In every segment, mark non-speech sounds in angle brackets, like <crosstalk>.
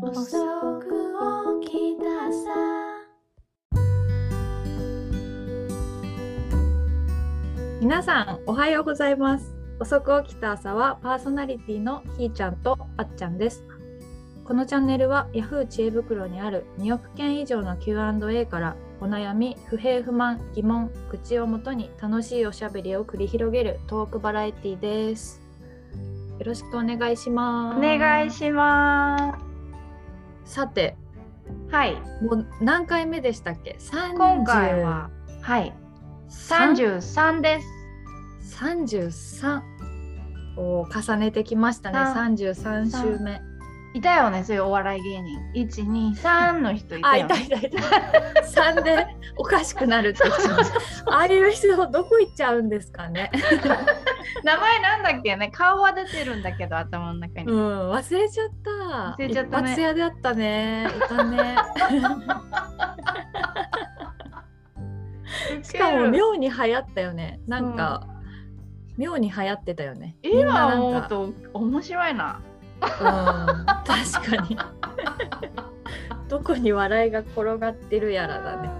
遅く起きたさ皆さんおはようございます遅く起きた朝はパーソナリティのひーちゃんとあっちゃんですこのチャンネルは Yahoo 知恵袋にある2億件以上の Q&A からお悩み不平不満疑問口をもとに楽しいおしゃべりを繰り広げるトークバラエティですよろしくお願いしまおす願いしますさてすはいもう何回目でしたっけ30今回ははい33です33を重ねてきましたね三33週目いたよねそういうお笑い芸人123の人いあたよいたねいたいた3でおかしくなるって言っ <laughs> てましたああいう人どこ行っちゃうんですかね名前なんだっけね顔は出てるんだけど頭の中に、うん忘れちゃった忘れちゃったね一発屋であったねい <laughs> たねしかも妙に流行ったよねなんか、妙に流行ってたよねみんな今なん思うかと面白いなうん <laughs> 確かにどこに笑いが転がってるやらだね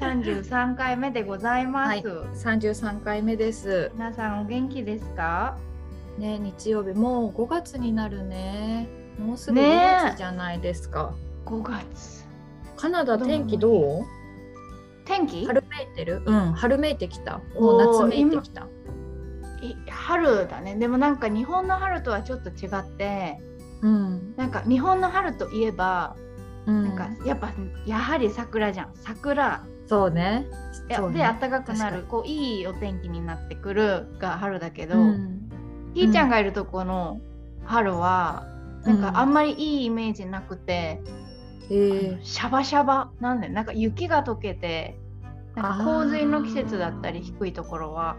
33回目でございます、はい33回目です皆さんお元気ですかね日曜日もう5月になるねもうすぐね5月じゃないですか、 5月カナダ天気どう天気春めいてるうん春めいてきたもう夏めいてきたい春だねでもなんか日本の春とはちょっと違ってうんなんか日本の春といえば、うんなんかやっぱやはり桜じゃん桜そうねいやそうでね暖かくなるこういいお天気になってくるが春だけど、うんひーちゃんがいるとこの春は、なんかあんまりいいイメージなくて、えあのシャバシャバなんだよなんか雪が溶けてなんか洪水の季節だったり低いところは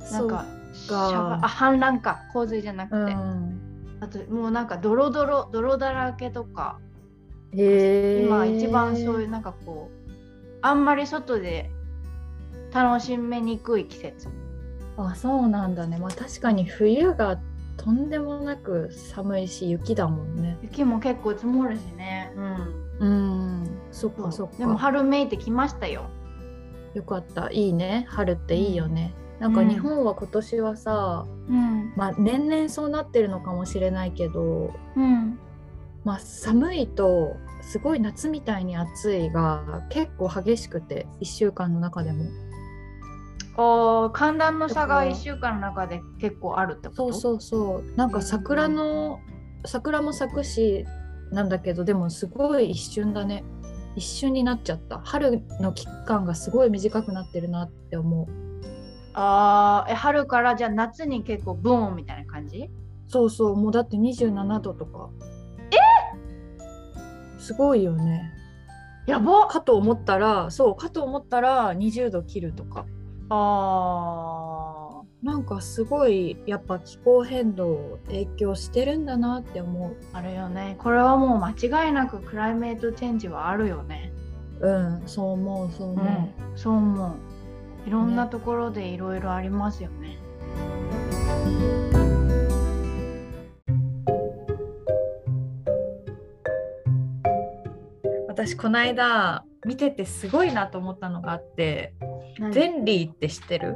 ーなんかシそャうかバあ氾濫か洪水じゃなそうくて、うんあともうなんかドロドロ泥だらけとか、へえ今一番そういうなんかこうあんまり外で楽しめにくい季節あそうなんだねまあ確かに冬がとんでもなく寒いし雪だもんね雪も結構積もるしね、うん、うんそっかそっかでも春めいてきましたよよかったいいね春っていいよね、んなんか日本は今年はさ、うんまあ、年々そうなってるのかもしれないけど、うんまあ、寒いとすごい夏みたいに暑いが結構激しくて1週間の中でもおー寒暖の差が1週間の中で結構あるってことそううそうそうなんか桜の、桜も咲くしなんだけどでもすごい一瞬だね一瞬になっちゃった春の期間がすごい短くなってるなって思うあーえ春からじゃあ夏に結構ブーンみたいな感じそうそうもうだって27度とかえすごいよねやばっかと思ったらそうかと思ったら20度切るとかあなんかすごいやっぱ気候変動影響してるんだなって思ーあるよねこれはもう間違いなくクライメートチェンジはあるよねううんそう思うそう思うん、そう思う。いろんなところでいろいろありますよね。う、私この間見ててすごいなと思ったのがあって何ゼンリーって知ってる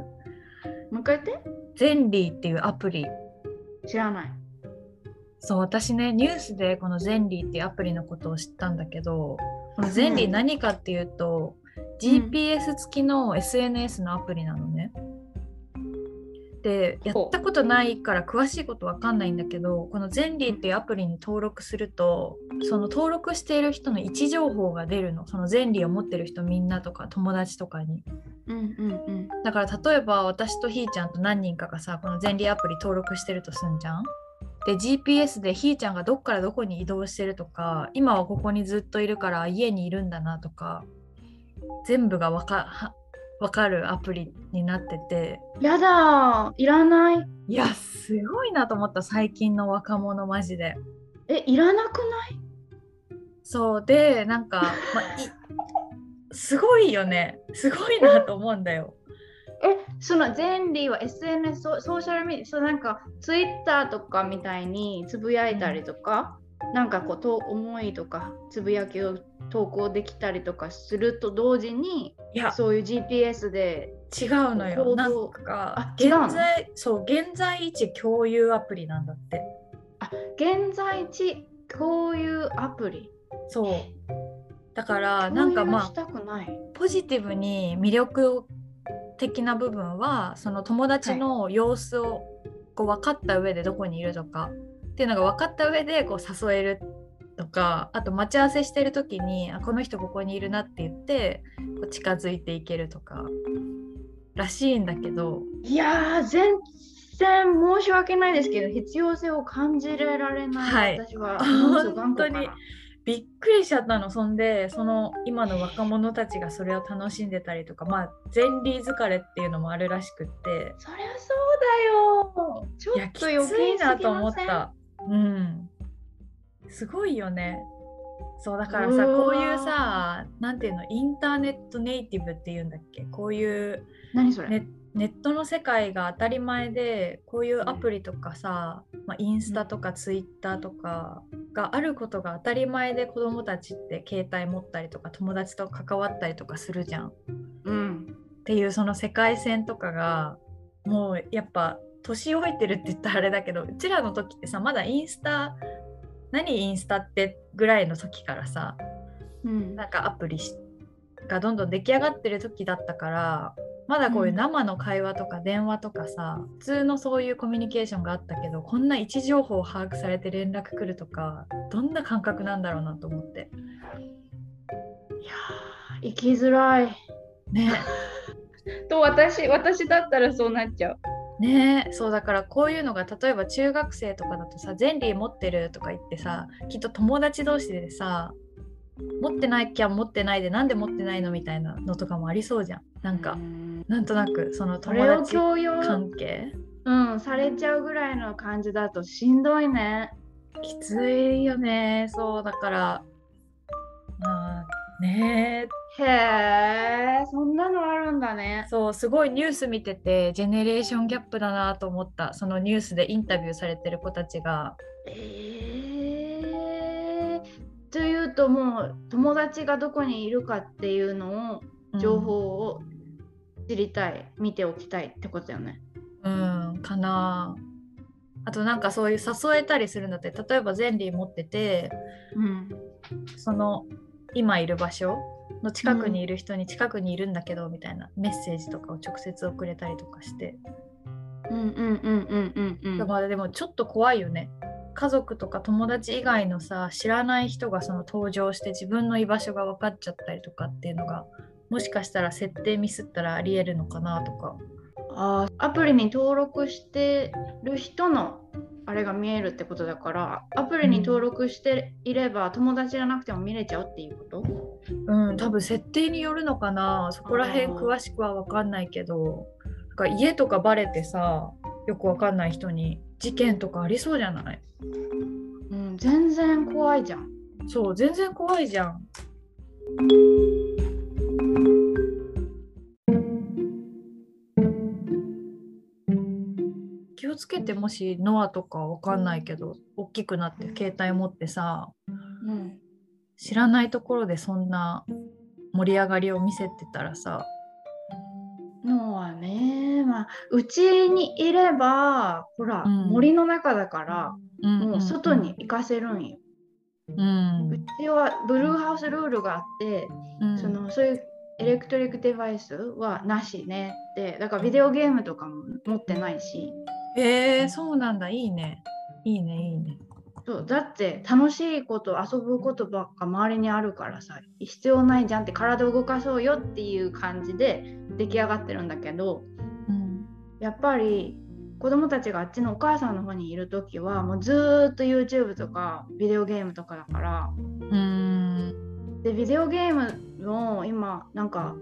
もう一回言ってゼンリーっていうアプリ知らない。そう私ねニュースでこのゼンリーっていうアプリのことを知ったんだけどこのゼンリうーん何かっていうと、GPS 付きの SNS のアプリなのね。でやほうったことないから詳しいことわかんないんだけどこのゼンリーっていうアプリに登録するとその登録している人の位置情報が出るのそのゼンリーを持ってる人みんなとか友達とかに。うんうんうん。だから例えば私とひーちゃんと何人かがさこの全理アプリ登録してるとすんじゃんで GPS でひーちゃんがどっからどこに移動してるとか今はここにずっといるから家にいるんだなとか全部がわかはわかるアプリになっててやだー、いらない。いやすごいなと思った最近の若者マジで。え、いらなくないそうでなんか、まあいすごいよねすごいなと思うんだよ。え、そのゼンリーは SNS、ソソーシャルメディア、そうなんかツイッターとかみたいにつぶやいたりとか、なんかこうと思いとかつぶやきを投稿できたりとかすると同時にいやそういう GPS で違うの行よ動なんかあ違うの現在そう現在位置共有アプリなんだってあ現在地共有アプリそうだからな共ん有かまあしたくない、ポジティブに魅力的な部分はその友達の様子をこう分かった上でどこにいるとかっていうのが分かった上でこう誘えるとかあと待ち合わせしてる時にあこの人ここにいるなって言ってこう近づいていけるとからしいんだけどい、やー全然申し訳ないですけど必要性を感じられはないい、私は本当にびっくりしちゃったのそんでその今の若者たちがそれを楽しんでたりとかまあ前例疲れっていうのもあるらしくって。そりゃそうだよちょいやっきと余計ついなすぎと思まっせんた。うん。すごいよね。そうだからさうわーこういうさなんていうのインターネットネイティブっていうんだっけこういう何それ、ネネットの世界が当たり前でこういうアプリとかさ、まあ、インスタとかツイッターとかがあることが当たり前で子どもたちって携帯持ったりとか友達と関わったりとかするじゃん。うんっていうその世界線とかがもうやっぱ年老いてるって言ったらあれだけどうちらの時ってさまだインスタ何インスタってぐらいの時からさうんなんかアプリしがどんどん出来上がってる時だったからまだこういう生の会話とか電話とかさ、普通のそういうコミュニケーションがあったけどこんな位置情報を把握されて連絡来るとかどんな感覚なんだろうなと思っていやー生きづらいねと私私だったらそうなっちゃうねえそうだからこういうのが例えば中学生とかだとさ前例持ってるとか言ってさきっと友達同士でさ持ってないきゃ持ってないでなんで持ってないのみたいなのとかもありそうじゃんなんかなんとなくそのそ友れを達強要、関係うん、されちゃうぐらいの感じだとしんどいねきついよねそうだからまあねへえそんなのあるんだねえそうすごいニュース見ててジェネレーションギャップだなと思ったそのニュースでインタビューされてる子たちがえー、というともう友達がどこにいるかっていうのをうん情報を知りたい、見ておきたいってことよねうんかなあとなんかそういう誘えたりするんだって例えばゼンリー持っててうんその今いる場所の近くにいる人に近くにいるんだけどみたいなメッセージとかを直接送れたりとかして、うんうんうんうんうんうんまあでもちょっと怖いよね家族とか友達以外のさ知らない人がその登場して自分の居場所が分かっちゃったりとかっていうのがもしかしたら設定ミスったらありえるのかなとかあーアプリに登録してる人のあれが見えるってことだからアプリに登録していれば友達じゃなくても見れちゃうっていうことうん、多分設定によるのかなそこら辺あー詳しくは分かんないけどなんか家とかバレてさよく分かんない人に事件とかありそうじゃないうん全然怖いじゃんそう全然怖いじゃん。気をつけてもしノアとか分かんないけど大きくなって携帯持ってさうん知らないところでそんな盛り上がりを見せてたらさのはねまあうちにいればほら、うん森の中だから、んんもんう外に行かせるんよ、うんうちはブルーハウスルールがあって、うんそのそういうエレクトリックデバイスはなしねってだからビデオゲームとかも持ってないしえー、そうなんだいいねいいねいいねそうだって楽しいこと遊ぶことばっか周りにあるからさ必要ないじゃんって体を動かそうよっていう感じで出来上がってるんだけどうんやっぱり子供たちがあっちのお母さんの方にいる時はもうずーっと YouTube とかビデオゲームとかだからうーんでビデオゲームの今なんか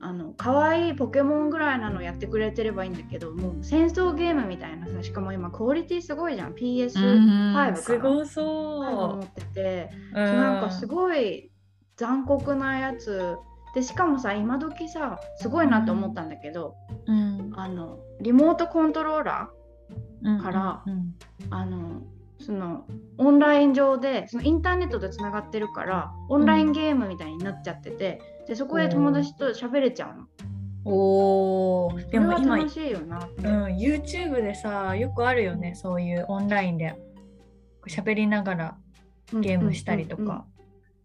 あの可愛いポケモンぐらいなのやってくれてればいいんだけどもう戦争ゲームみたいなさしかも今クオリティすごいじゃん PS5 かなすご持そってて。う、なんかすごごい残酷なやつでしかもさ今時さすごいなと思ったんだけど、うんあのリモートコントローラうんからうんーあのそのオンライン上でそのインターネットでつながってるからオンラインゲームみたいになっちゃってて、でそこで友達と喋れちゃうの。おーででもも今今、うん楽、しいよなって、 YouTube でさよくあるよねそういうオンラインで喋りながらゲームしたりとうんうんうんか。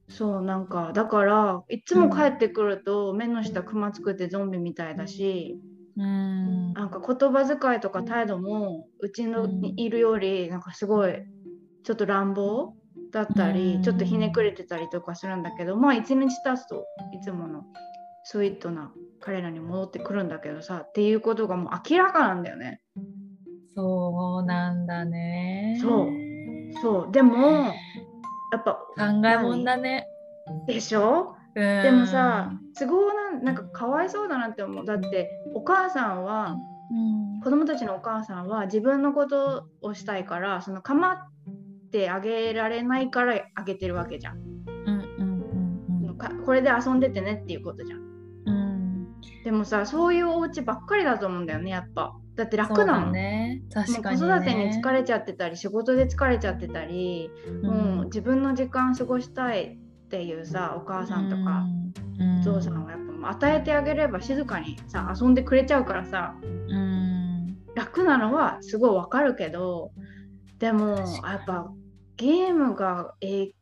そうなんかだからいつも帰ってくると目の下クマつくてゾンビみたいだし、うんなんか言葉遣いとか態度もうちのにいるよりなんかすごいちょっと乱暴だったり、うんちょっとひねくれてたりとかするんだけどまあ一日経つといつものスイートな彼らに戻ってくるんだけどさっていうことがもう明らかなんだよね。そうなんだね。そうそうでもやっぱ考えもんだね。でしょででもさ、都合なんなんかかわいそうだなって思うだってお母さんはうん子供たちのお母さんは自分のことをしたいからその構ってあげられないからあげてるわけじゃん、うんうんかこれで遊んでてねっていうことじゃんうんうん、でもさそういうお家ばっかりだと思うんだよねやっぱだって楽そうだもんね。も確うか子に、ね。育てに疲れちゃってたり仕事で疲れちゃってたり、もう自分の時間過ごしたいっていうさお母さんとか、うん、うんお父さんはやっぱ与えてあげれば静かにさ遊んでくれちゃうからさうん楽なのはすごいわかるけどでもや確かにっぱゲームがえい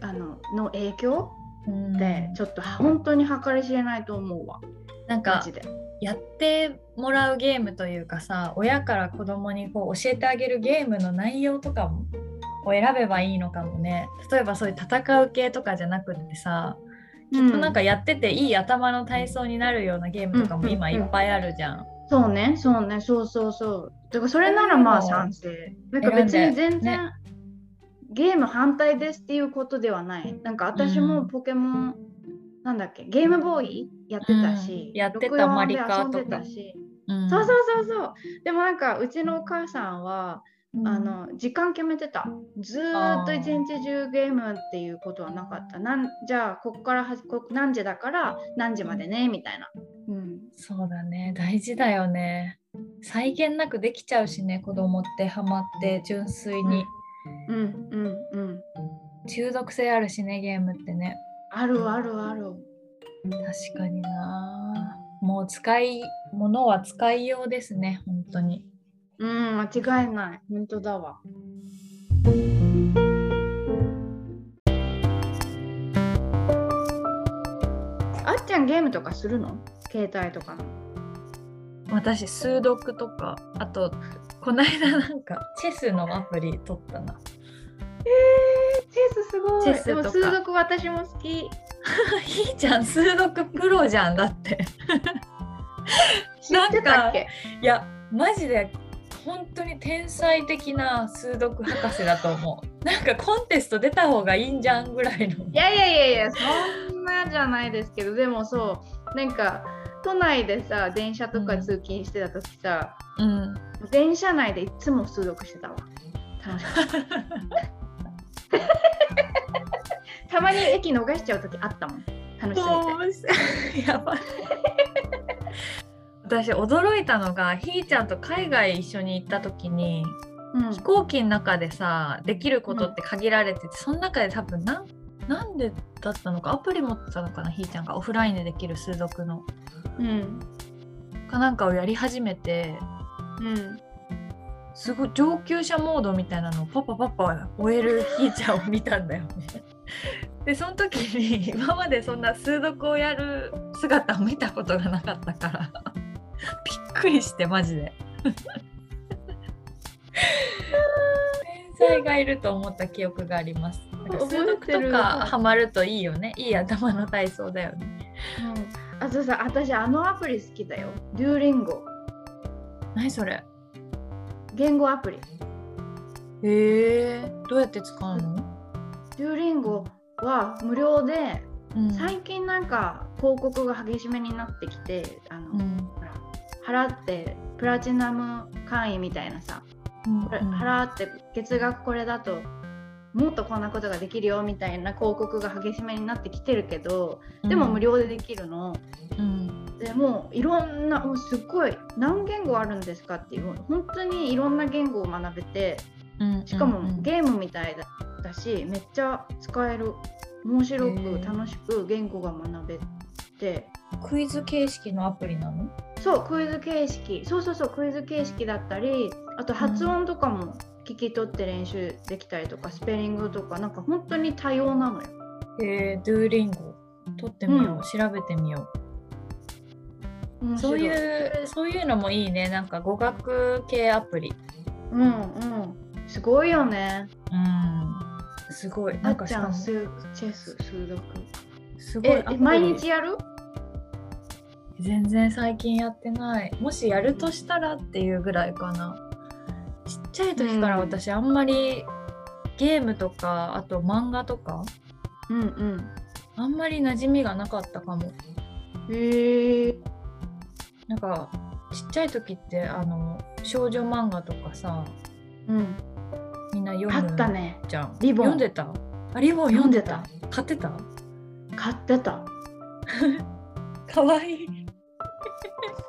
あのの影響うんってちょっと本当に計り知れないと思うわなんマかジで。やってもらうゲームというかさ親から子供にこう教えてあげるゲームの内容とかもを選べばいいのかもね例えばそういう戦う系とかじゃなくってさきっとなんかやってていい頭の体操になるようなゲームとかも今うんいうんうんっぱいあるじゃん。そうねそうねそうそうそう。だからそれならまあそういうのを賛成。なんか別選にんで全然、ねゲーム反対ですっていうことではない。なんか私もポケモン、なんだっけゲームボーイやってたし、うんやってた64マリカーで遊んでとかたし。うんそうそうそうそう。でもなんかうちのお母さんは、あの時間決めてた。ずーっとあー一日中ゲームっていうことはなかった。なんじゃあここからはじこ何時だから何時までねみたいな。うん。そうだね大事だよね再現なくできちゃうしね子供ってハマって純粋にうんうんうん。中毒性あるしねゲームってねあるあるある。確かになもう使いものは使いようですね本当にうん間違いない。本当だわ。あっちゃんゲームとかするの携帯とかの。私数読とかあとこの間なんか <laughs> チェスのアプリ取ったなチェスすごい。チェスでもとか数読私も好き。ひーちゃん数読プロじゃんだって知ってたっけ <laughs> いやマジで本当に天才的な数読博士だと思うなんかコンテスト出た方がいいんじゃんぐらいのいやいやいやいやそんなじゃないですけどでもそうなんか都内でさ電車とか通勤してた時さ、うん電車内でいつも数読してたわ楽しかったたまに駅逃しちゃう時あったもん楽しすぎ面白い <laughs> やばい私驚いてたのがひーちゃんと海外一緒に行った時に飛て、行機の中でさできることって限られてて、その中で多分なんなんでだったのかアプリ持ってたのかなひーちゃんがオフラインでできる数読のうんうんかなんかをやり始めてうん、すごい上級者モードみたいなのをパパパパ終えるひーちゃんを見たんだよね。 <laughs> でその時に今までそんな数読をやる姿を見たことがなかったから <laughs> びっくりしてマジで。天才がいると思った記憶があります。なんか数覚え読てるとかハマるといいよね。いい頭の体操だよね。あとさ私あのアプリ好きだよデューリンゴ何それ言語アプリへえどうやって使うの、デューリンゴは無料でうん最近なんか広告が激しめになってきてあの、うん払ってプラチナム会員みたいなさ、うんこれ払って月額これだともっとこんなことができるよみたいな広告が激しめになってきてるけどでも無料でできるの、うんでもういろんなもうすっごい何言語あるんですかっていうもう本当にいろんな言語を学べてうんしかうんうもんゲームみたいだだしめっちゃ使える面白へくー楽しく言語が学べてクイズ形式のアプリなのそうクイズ形式そうそうそうクイズ形式だったりあと発音とかも聞き取って練習できたりとかスペリングとかなんか本当に多様なのよ。えー、ドゥーリンゴ取ってみようう、ん調べてみよ面う白そういうそういうのもいいねなんか語学系アプリうんうんすごいよね。うんすごいあなんっかちしゃかんもスーチェス数学すごいえアプリ毎日やる全然最近やってないもしやるとしたらっていうぐらいかなちっちゃい時からうん私あんまりゲームとかあと漫画とかうんうん。あんまり馴染みがなかったかもへえー、なんかちっちゃい時ってあの少女漫画とかさうんみんな読あむったねじゃんリボン読んでたあリボン読んでた買ってた買ってた。かわいい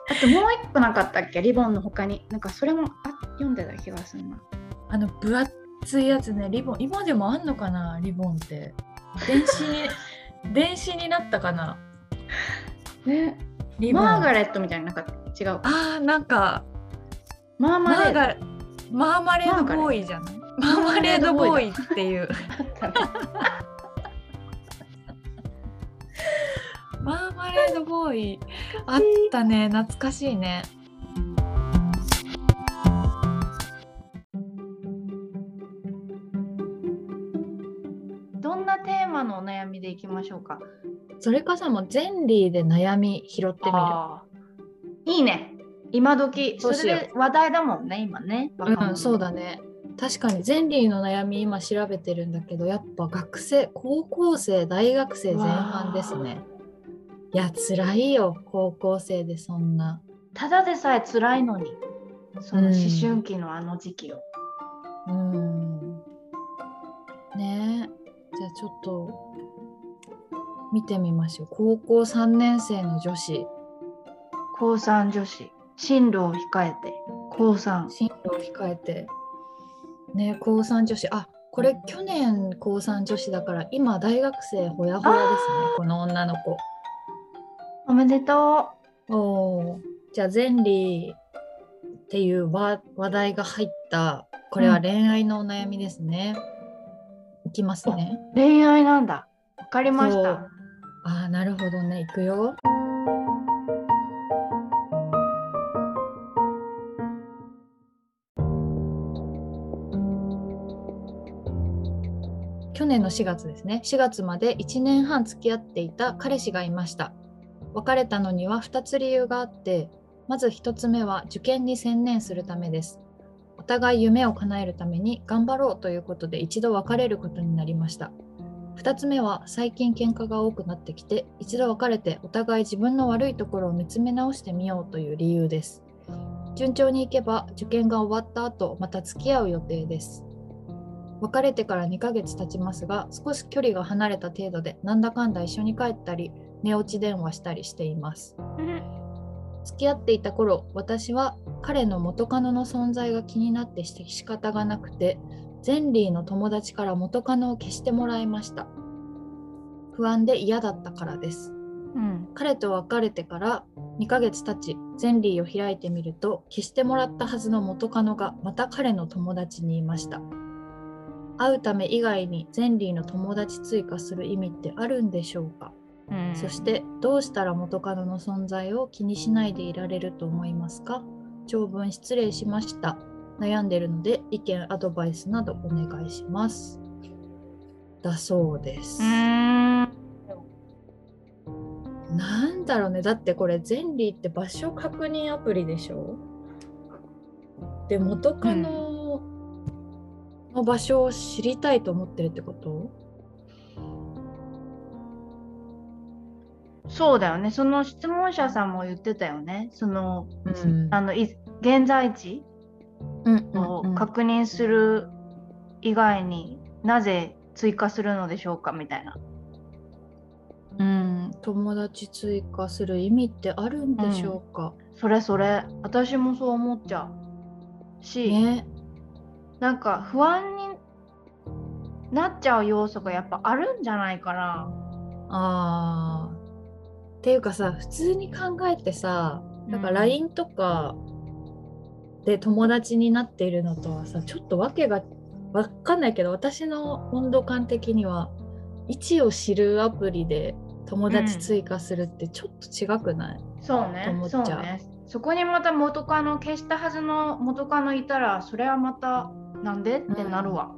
あともう一個なかったっけリボンの他になんかそれもあ読んでた気がするなあの分厚いやつねリボン今でもあんのかなリボンって電 <laughs> 子に電子になったかなねリボンマーガレットみたいななんか違うあーなんかマーママレーードガマーマレードボーイじゃないマーマレードボーイっていうマーマレードボーイあったね懐かしいねどんなテーマのお悩みでいきましょうかそれかさもうゼンリーで悩み拾ってみるあーいいね今時そそうしようれで話題だもんね今ねうん、そうだだね。確かにゼンリーの悩み今調べてるんだけどやっぱ学生高校生大学生前半ですね。いや辛いよ高校生でそんな。ただでさえ辛いのにその思春期のあの時期を、うん。ねえじゃあちょっと見てみましょう高校3年生の女子高3女子進路を控えて高3進路を控えてねえ高3女子あこれ去年高3女子だから今大学生ほやほやですねこの女の子。おめでとおーじゃあ「ゼンリー」っていう話話題が入ったこれは恋愛のお悩みですね。いきますね。う恋愛なんだわかりましそたうああなるほどねいくよ。去年の4月ですね4月まで1年半付き合っていた彼氏がいました別れたのには2つ理由があってまず1つ目は受験に専念するためですお互い夢を叶えるために頑張ろうということで一度別れることになりました2つ目は最近喧嘩が多くなってきて一度別れてお互い自分の悪いところを見つめ直してみようという理由です順調にいけば受験が終わった後また付き合う予定です別れてから2ヶ月経ちますが少し距離が離れた程度でなんだかんだ一緒に帰ったり寝落ち電話したりしています付き合っていた頃私は彼の元カノの存在が気になってして仕方がなくてゼンリーの友達から元カノを消してもらいました不安で嫌だったからですうん彼と別れてから2ヶ月経ちゼンリーを開いてみると消してもらったはずの元カノがまた彼の友達にいました会うため以外にゼンリーの友達追加する意味ってあるんでしょうかうんそしてどうしたら元カノの存在を気にしないでいられると思いますか長文失礼しました。悩んでるので意見、アドバイスなどお願いします。だそうです。うーんなんだろうね。だってこれ、ゼンリーって場所確認アプリでしょで、元カノの場所を知りたいと思ってるってことそうだよねその質問者さんも言ってたよねその,、うんあのい現在地うんを確認する以外になぜ追加するのでしょうかみたいなうん、友達追加する意味ってあるんでしょうか、それそれ私もそう思っちゃうし、ねなんか不安になっちゃう要素がやっぱあるんじゃないかな。あーっていうかさ普通に考えてさなんか LINE とかで友達になっているのとはさちょっと訳が分かんないけど私の温度感的には位置を知るアプリで友達追加するってちょっと違くない、そうねと思っちそゃううねそこにまた元カノ消したはずの元カノいたらそれはまたなんでってなるわ、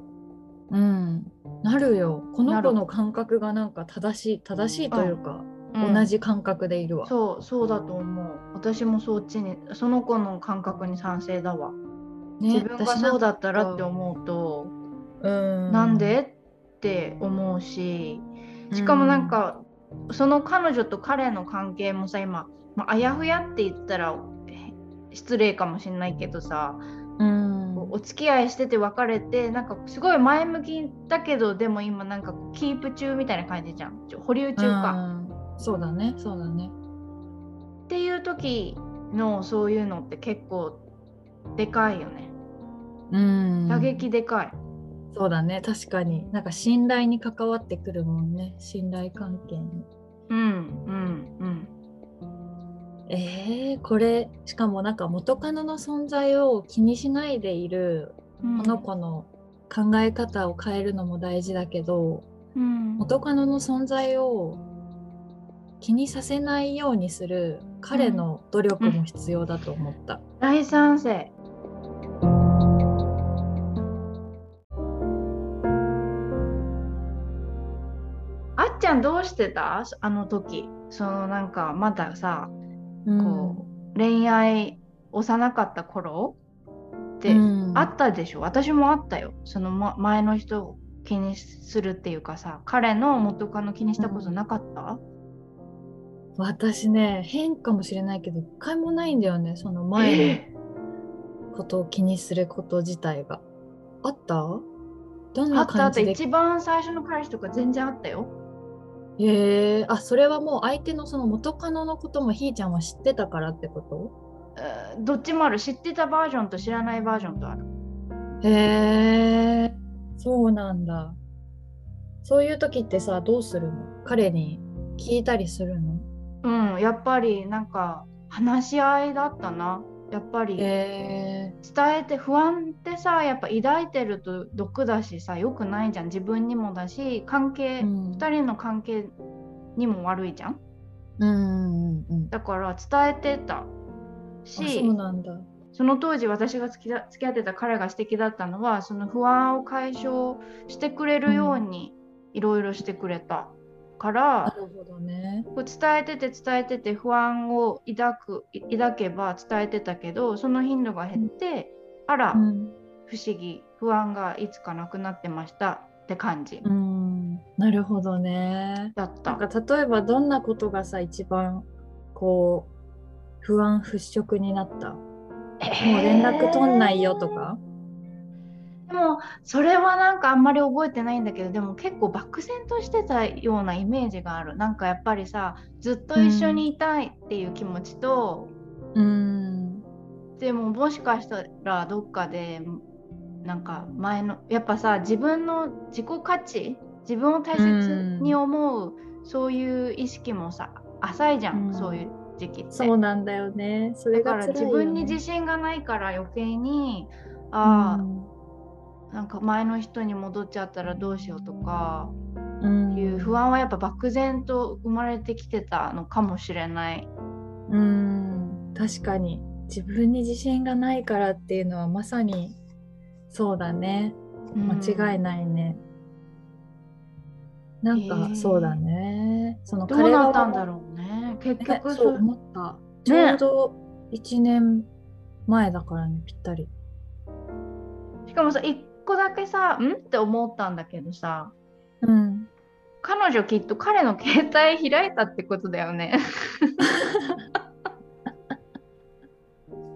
うん、なるよこのなる子の感覚がなんか正しい正しいというか、うん同じ感覚でいるわ、そうそうだと思う私もそっちにその子の感覚に賛成だわ、ね自分がそ私うなんだったらって思うとうんなんでって思うししかもなんか、その彼女と彼の関係もさ今、まああやふやって言ったらへ失礼かもしれないけどさ、うん、お付き合いしてて別れてなんかすごい前向きだけどでも今なんかキープ中みたいな感じじゃんちょ保留中か、うんそうだねそうだねっていう時のそういうのって結構でかいよねうん打撃でかい、そうだね確かになんか信頼に関わってくるもんね信頼関係にうん、うんうんえー、これしかもなんか元カノの存在を気にしないでいるうんこの子の考え方を変えるのも大事だけどうん元カノの存在を気にさせないようにする彼の努力も必要だと思った、大賛成あっちゃんどうしてたあの時そのなんかまださこう恋愛幼かった頃ってうんあったでしょ、私もあったよその、ま、前の人を気にするっていうかさ彼の元カノ気にしたことなかった、私ね変かもしれないけど一回もないんだよねその前えのことを気にすること自体があったどんーあなったあ感ったじで一番最初の彼氏とか全然あったよへえあそれはもう相手のその元カノのこともひーちゃんは知ってたからってこえーどっちもある知ってたバージョンと知らないバージョンとあるとへえそうなんだそういう時ってさどうするの彼に聞いたりするのうんやっぱりなんか話し合いだったなやっぱり伝へええて不安ってさやっぱ抱いてると毒だしさ良くないじゃん自分にもだし関係、うん2人の関係にも悪いじゃんうんうんうんあだから伝えてたしそうなんだその当時私が付きだ付き合ってた彼が指摘だったのはその不安を解消してくれるようにいろいろしてくれたかなら、るほどねこう伝えてて伝えてて不安を抱くい抱けば伝えてたけどその頻度が減って、あら、うん不思議不安がいつかなくなってましたって感じうんなるほどね。だった。なんか例えばどんなことがさ一番こう不安払拭になったもう連絡取んないよとか、でもそれはなんかあんまり覚えてないんだけどでも結構漠然としてたようなイメージがあるなんかやっぱりさずっと一緒にいたいっていう気持ちと、うんでももしかしたらどっかでなんか前のやっぱさ自分の自己価値自分を大切に思う、そういう意識もさ浅いじゃん、うんそういう時期って。そうなんだよねそれだからが辛いよね自分に自信がないから余計にああ、なんか前の人に戻っちゃったらどうしようとかうんいう不安はやっぱ漠然と生まれてきてたのかもしれない。うん確かに自分に自信がないからっていうのはまさにそうだね間違いい。ないね、なんへかえそうだねそのどうながったんだろうね。結ね局そうそう思った、ちょねうど1年前だからねぴったりしかもさ一個だけさんって思ったんだけどさうん彼女きっと彼の携帯開いたってことだよね。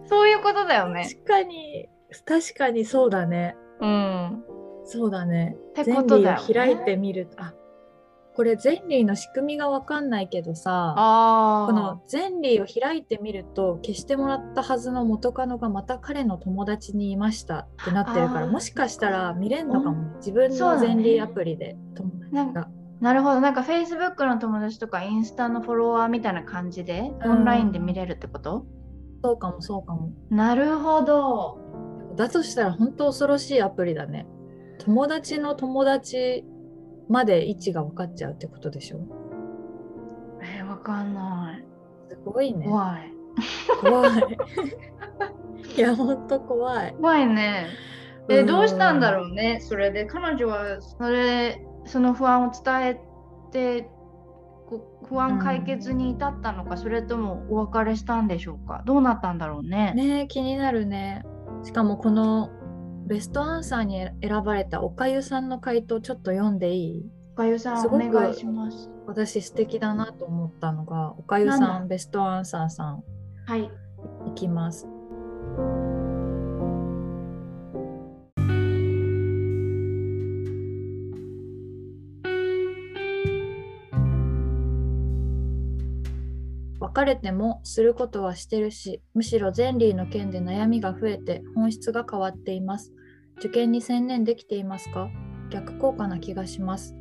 そういうことだよね。確かに確かにそうだねうん。そうだねってことだよねゼンリーを開いてみるあこれゼンリーの仕組みが分かんないけどさあこのゼンリーを開いてみると消してもらったはずの元カノがまた彼の友達にいましたってなってるかあらーもしかしたら見れんのかも、う自分そうのだねゼンリーアプリで友なん達かが。なるほどなんか Facebook の友達とかインスタのフォロワーみたいな感じでうんオンラインで見れるってこと、そうかもそうかも。なるほどだとしたら本当恐ろしいアプリだね。友達の友達まで位置が分かっちゃうってことでしょ。えー、わかんないすごいね。怖い怖い。 <laughs> いや本当怖い。怖いねえんどうしたんだろうねそれで彼女はそれその不安を伝えてこ不安解決に至ったのか、それともお別れしたんでしょうかどうなったんだろうねねえ気になるね。しかもこのベストアンサーに選ばれたおかゆさんの回答ちょっと読んでいいおかゆさんすおごく願いします私素敵だなと思ったのがおかゆなんさだんベストアンサーさんはいいきます。別れてもすることはしてるしむしろゼンリーの件で悩みが増えて本質が変わっています受験に専念できていますか逆効果な気がします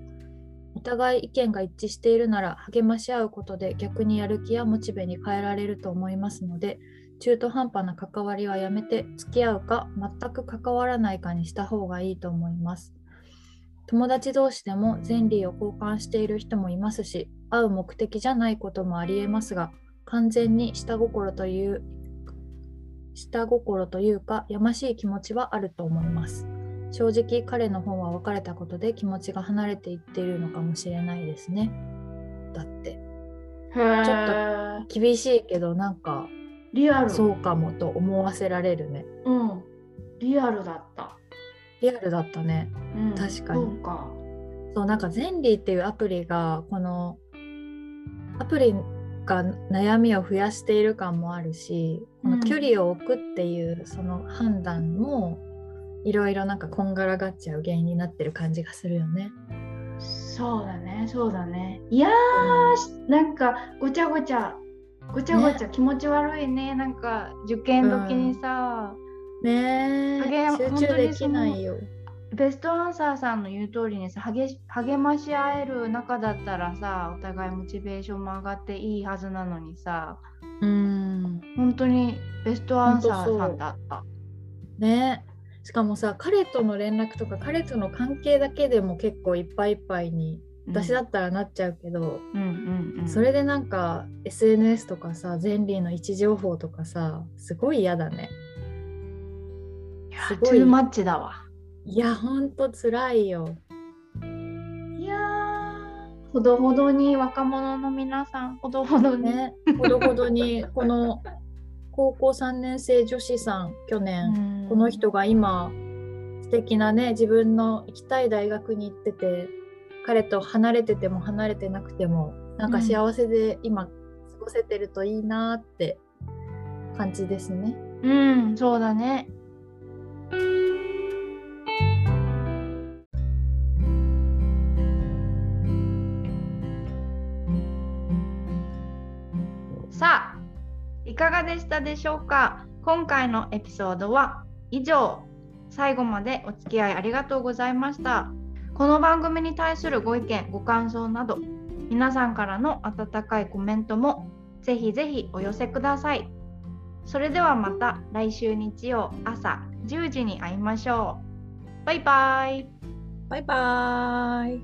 お互い意見が一致しているなら励まし合うことで逆にやる気やモチベに変えられると思いますので中途半端な関わりはやめて付き合うか全く関わらないかにした方がいいと思います友達同士でもゼンリーを交換している人もいますし会う目的じゃないこともありえますが完全に下心という下心というかやましい気持ちはあると思います正直彼の方は別れたことで気持ちが離れていっているのかもしれないですねだってちょっと厳しいけどなんかリアルそうかもと思わせられるねうん、リアルだった。リアルだったねうん、確かそにうか。そうなんかゼンリーっていうアプリがこのアプリが悩みを増やしている感もあるしこうのん距離を置くっていうその判断もいろいろなんかこんがらがっちゃう原因になってる感じがするよね。そうだね、そうだね。いやー、しなんかごちゃごちゃ、ごちゃごちゃ、気持ち悪いね。なんか受験時にさ、ね影え山集中できないよ。ベストアンサーさんの言う通りにさ、励し励まし合える仲だったらさ、お互いモチベーションも上がっていいはずなのにさ、うん本当にベストアンサーさんだった。ねしかもさ彼との連絡とか彼との関係だけでも結構いっぱいいっぱいに私だっったらなっちゃうけど、うんうんうん。それでなんか SNS とかさゼンリーの位置情報とかさすごい嫌だねすごいトゥーマッチだわ。いやほんとつらいよいやーほどほどに若者の皆さんほどほどに、ねほどほどにこの高校3年生女子さん去年、この人が今素敵なね自分の行きたい大学に行ってて彼と離れてても離れてなくてもなんか幸せで今過ごせてるといいなーって感じですね。うんそうだねさあいかがでしたでしょうか今回のエピソードは以上最後までお付き合いありがとうございましたこの番組に対するご意見ご感想など皆さんからの温かいコメントもぜひぜひお寄せくださいそれではまた来週日曜朝10時に会いましょうバイバイバイバーイ。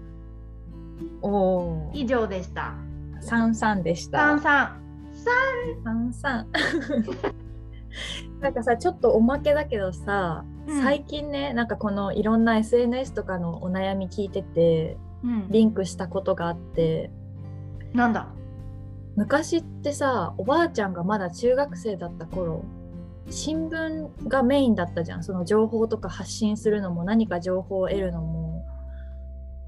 おお。以上でした三三でした。さんさん三三。 <laughs> なんかさちょっとおまけだけどさ、うん最近ねなんかこのいろんな SNS とかのお悩み聞いててうんリンクしたことがあってなんだ昔ってさおばあちゃんがまだ中学生だった頃新聞がメインだったじゃんその情報とか発信するのも何か情報を得るのも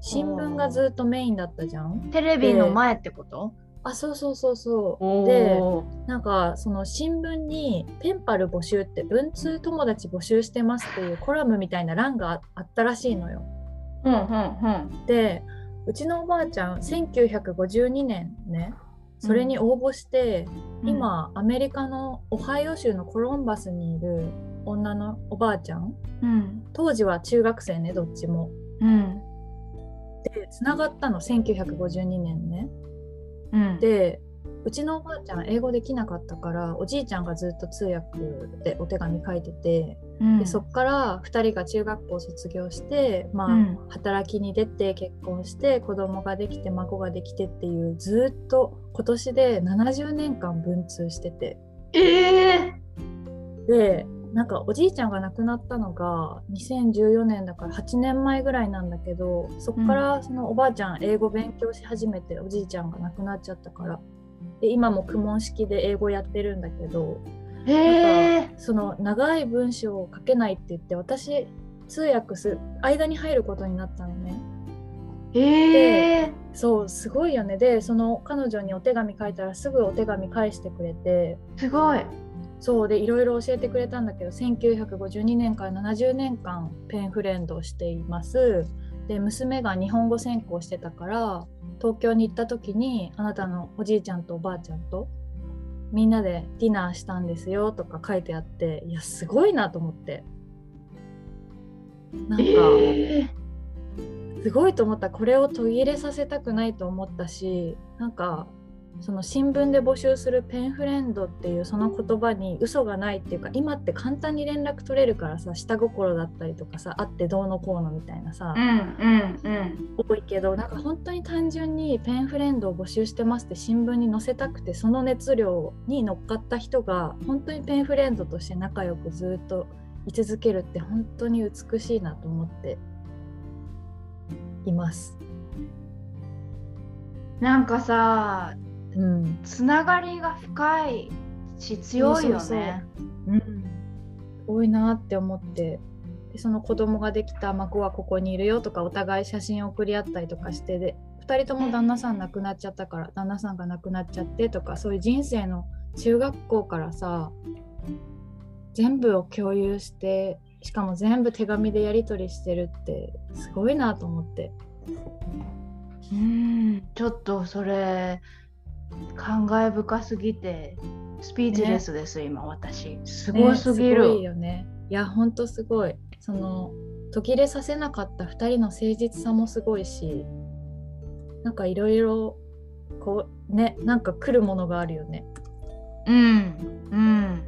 新聞がずっとメインだったじゃん。テレビの前ってことあそうそうそうそうでおなんかその新聞に「ペンパル募集」って「文通友達募集してます」っていうコラムみたいな欄がああったらしいのよ。ーうんうんうんでうちのおばあちゃん1952年ねそれに応募して、うん今アメリカのオハイオ州のコロンバスにいる女のおばあちゃんうん当時は中学生ねどっちもうんでつながったの1952年ねうんでうちのおばあちゃん英語できなかったからおじいちゃんがずっと通訳でお手紙書いててうんでそっから2人が中学校を卒業して、まあうん働きに出て結婚して子供ができて孫ができてっていうずっと今年で70年間文通しててええでなんかおじいちゃんが亡くなったのが2014年だから8年前ぐらいなんだけどそっからそのおばあちゃん英語勉強し始めておじいちゃんが亡くなっちゃったからで今も苦問式で英語やってるんだけどえなんえかその長い文章を書けないって言って私通訳する間に入ることになったのねええそうすごいよねでその彼女にお手紙書いたらすぐお手紙返してくれてすごいそうでいろいろ教えてくれたんだけど1952年から70年間ペンフレンドをしていますで娘が日本語専攻してたから東京に行った時にあなたのおじいちゃんとおばあちゃんとみんなでディナーしたんですよとか書いてあっていやすごいなと思ってなんかええすごいと思ったこれを途切れさせたくないと思ったしなんかその新聞で募集するペンフレンドっていうその言葉に嘘がないっていうか今って簡単に連絡取れるからさ下心だったりとかさあってどうのこうのみたいなさ、うんうんうん多いけどなんか本当に単純にペンフレンドを募集してますって新聞に載せたくてその熱量に乗っかった人が本当にペンフレンドとして仲良くずっと居続けるって本当に美しいなと思っています。なんかさうんつながりが深いし強いよねそうそうそう、多いなって思ってでその子供ができた孫はここにいるよとかお互い写真送り合ったりとかしてで2人とも旦那さん亡くなっちゃったから旦那さんが亡くなっちゃってとかそういう人生の中学校からさ全部を共有してしかも全部手紙でやり取りしてるってすごいなと思ってうんちょっとそれ感慨深すぎてスピーチレスです、今私すごすぎねる、ごいよねいやほんとすごいその途切れさせなかった2人の誠実さもすごいしなんかいろいろこうねなんか来るものがあるよねうんうん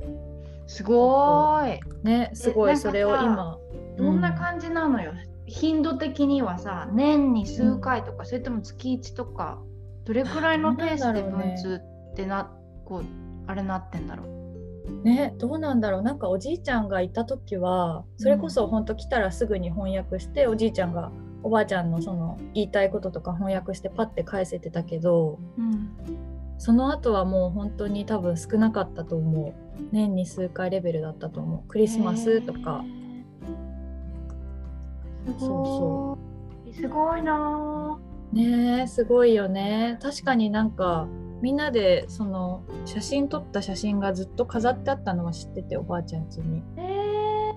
すごーい、ねすごなんいかさそれを今どんな感じなのよ頻度的にはさ年に数回とか、それとも月1とかどれくらいのペースで文通ってなこうあれなってんだろううんねどうなんだろうなんかおじいちゃんがいた時はそれこそほんと来たらすぐに翻訳して、おじいちゃんがおばあちゃんのその言いたいこととか翻訳してパッて返せてたけどうんその後はもう本当に多分少なかったと思う年に数回レベルだったと思うクリスマスとか、へーすごいそすごいなねえすごいよね確かになんかみんなでその写真撮った写真がずっと飾ってあったのは知ってておばあちゃん家にーえ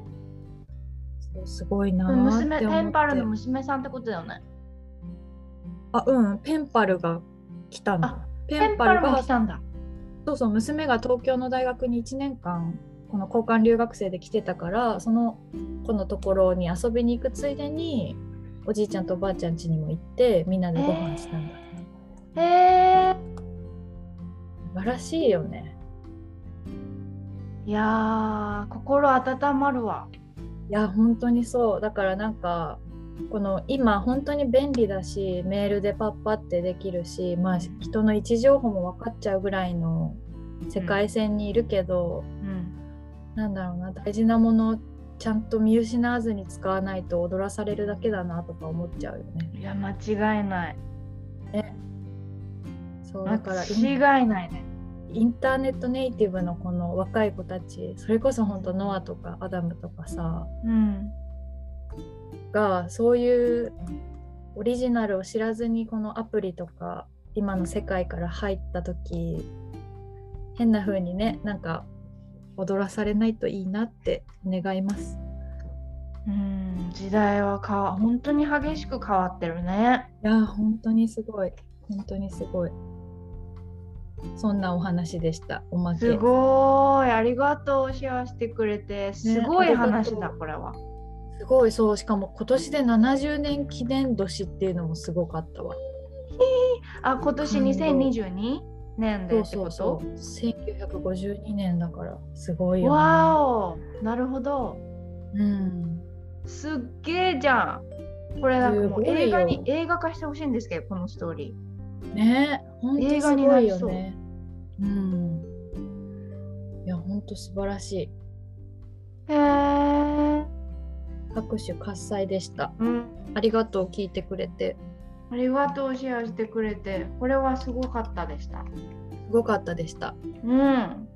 そうすごいなー、ーって思っ娘てペンパルの娘さんってことだよねあうんペンパルが来たのあペペンンパパルルもが来たんだそうそう娘が東京の大学に1年間この交換留学生で来てたからその子のところに遊びに行くついでにおじいちゃんとおばあちゃん家にも行ってみんなでご飯したんだ、へえー素晴らしいよねいやー心温まるわいや本当にそうだからなんかこの今本当に便利だしメールでパッパってできるし、まあ、人の位置情報も分かっちゃうぐらいの世界線にいるけど、うんなんだろうな大事なものをちゃんと見失わずに使わないと踊らされるだけだなとか思っちゃうよね。いや間違いないそうだからイン間違いないねインターネットネイティブのこの若い子たちそれこそ本当ノアとかアダムとかさうんがそういうオリジナルを知らずにこのアプリとか今の世界から入った時変な風にねなんか踊らされないといいなって願います。ううん時代はか本当に激しく変わってるね。いやー本当にすごい本当にすごいそんなお話でしたおますけごいありがとうシェアしてくれてすごい話だ、これは。すごいそうしかも今年で70年記念年っていうのもすごかったわあ今年2022年でそうってそこうとそう1952年だからすごいよ、ね、わおなるほど。うんすっげえじゃん。これなんかもうすごいよ映画に映画化してほしいんですけどこのストーリねえ本当映す画にごないりよそうねうんいや本当素晴らしいー。へえ。拍手喝采でしたうんありがとう聞いてくれてありがとうシェアしてくれてこれはすごかったでした。すごかったでしたうん。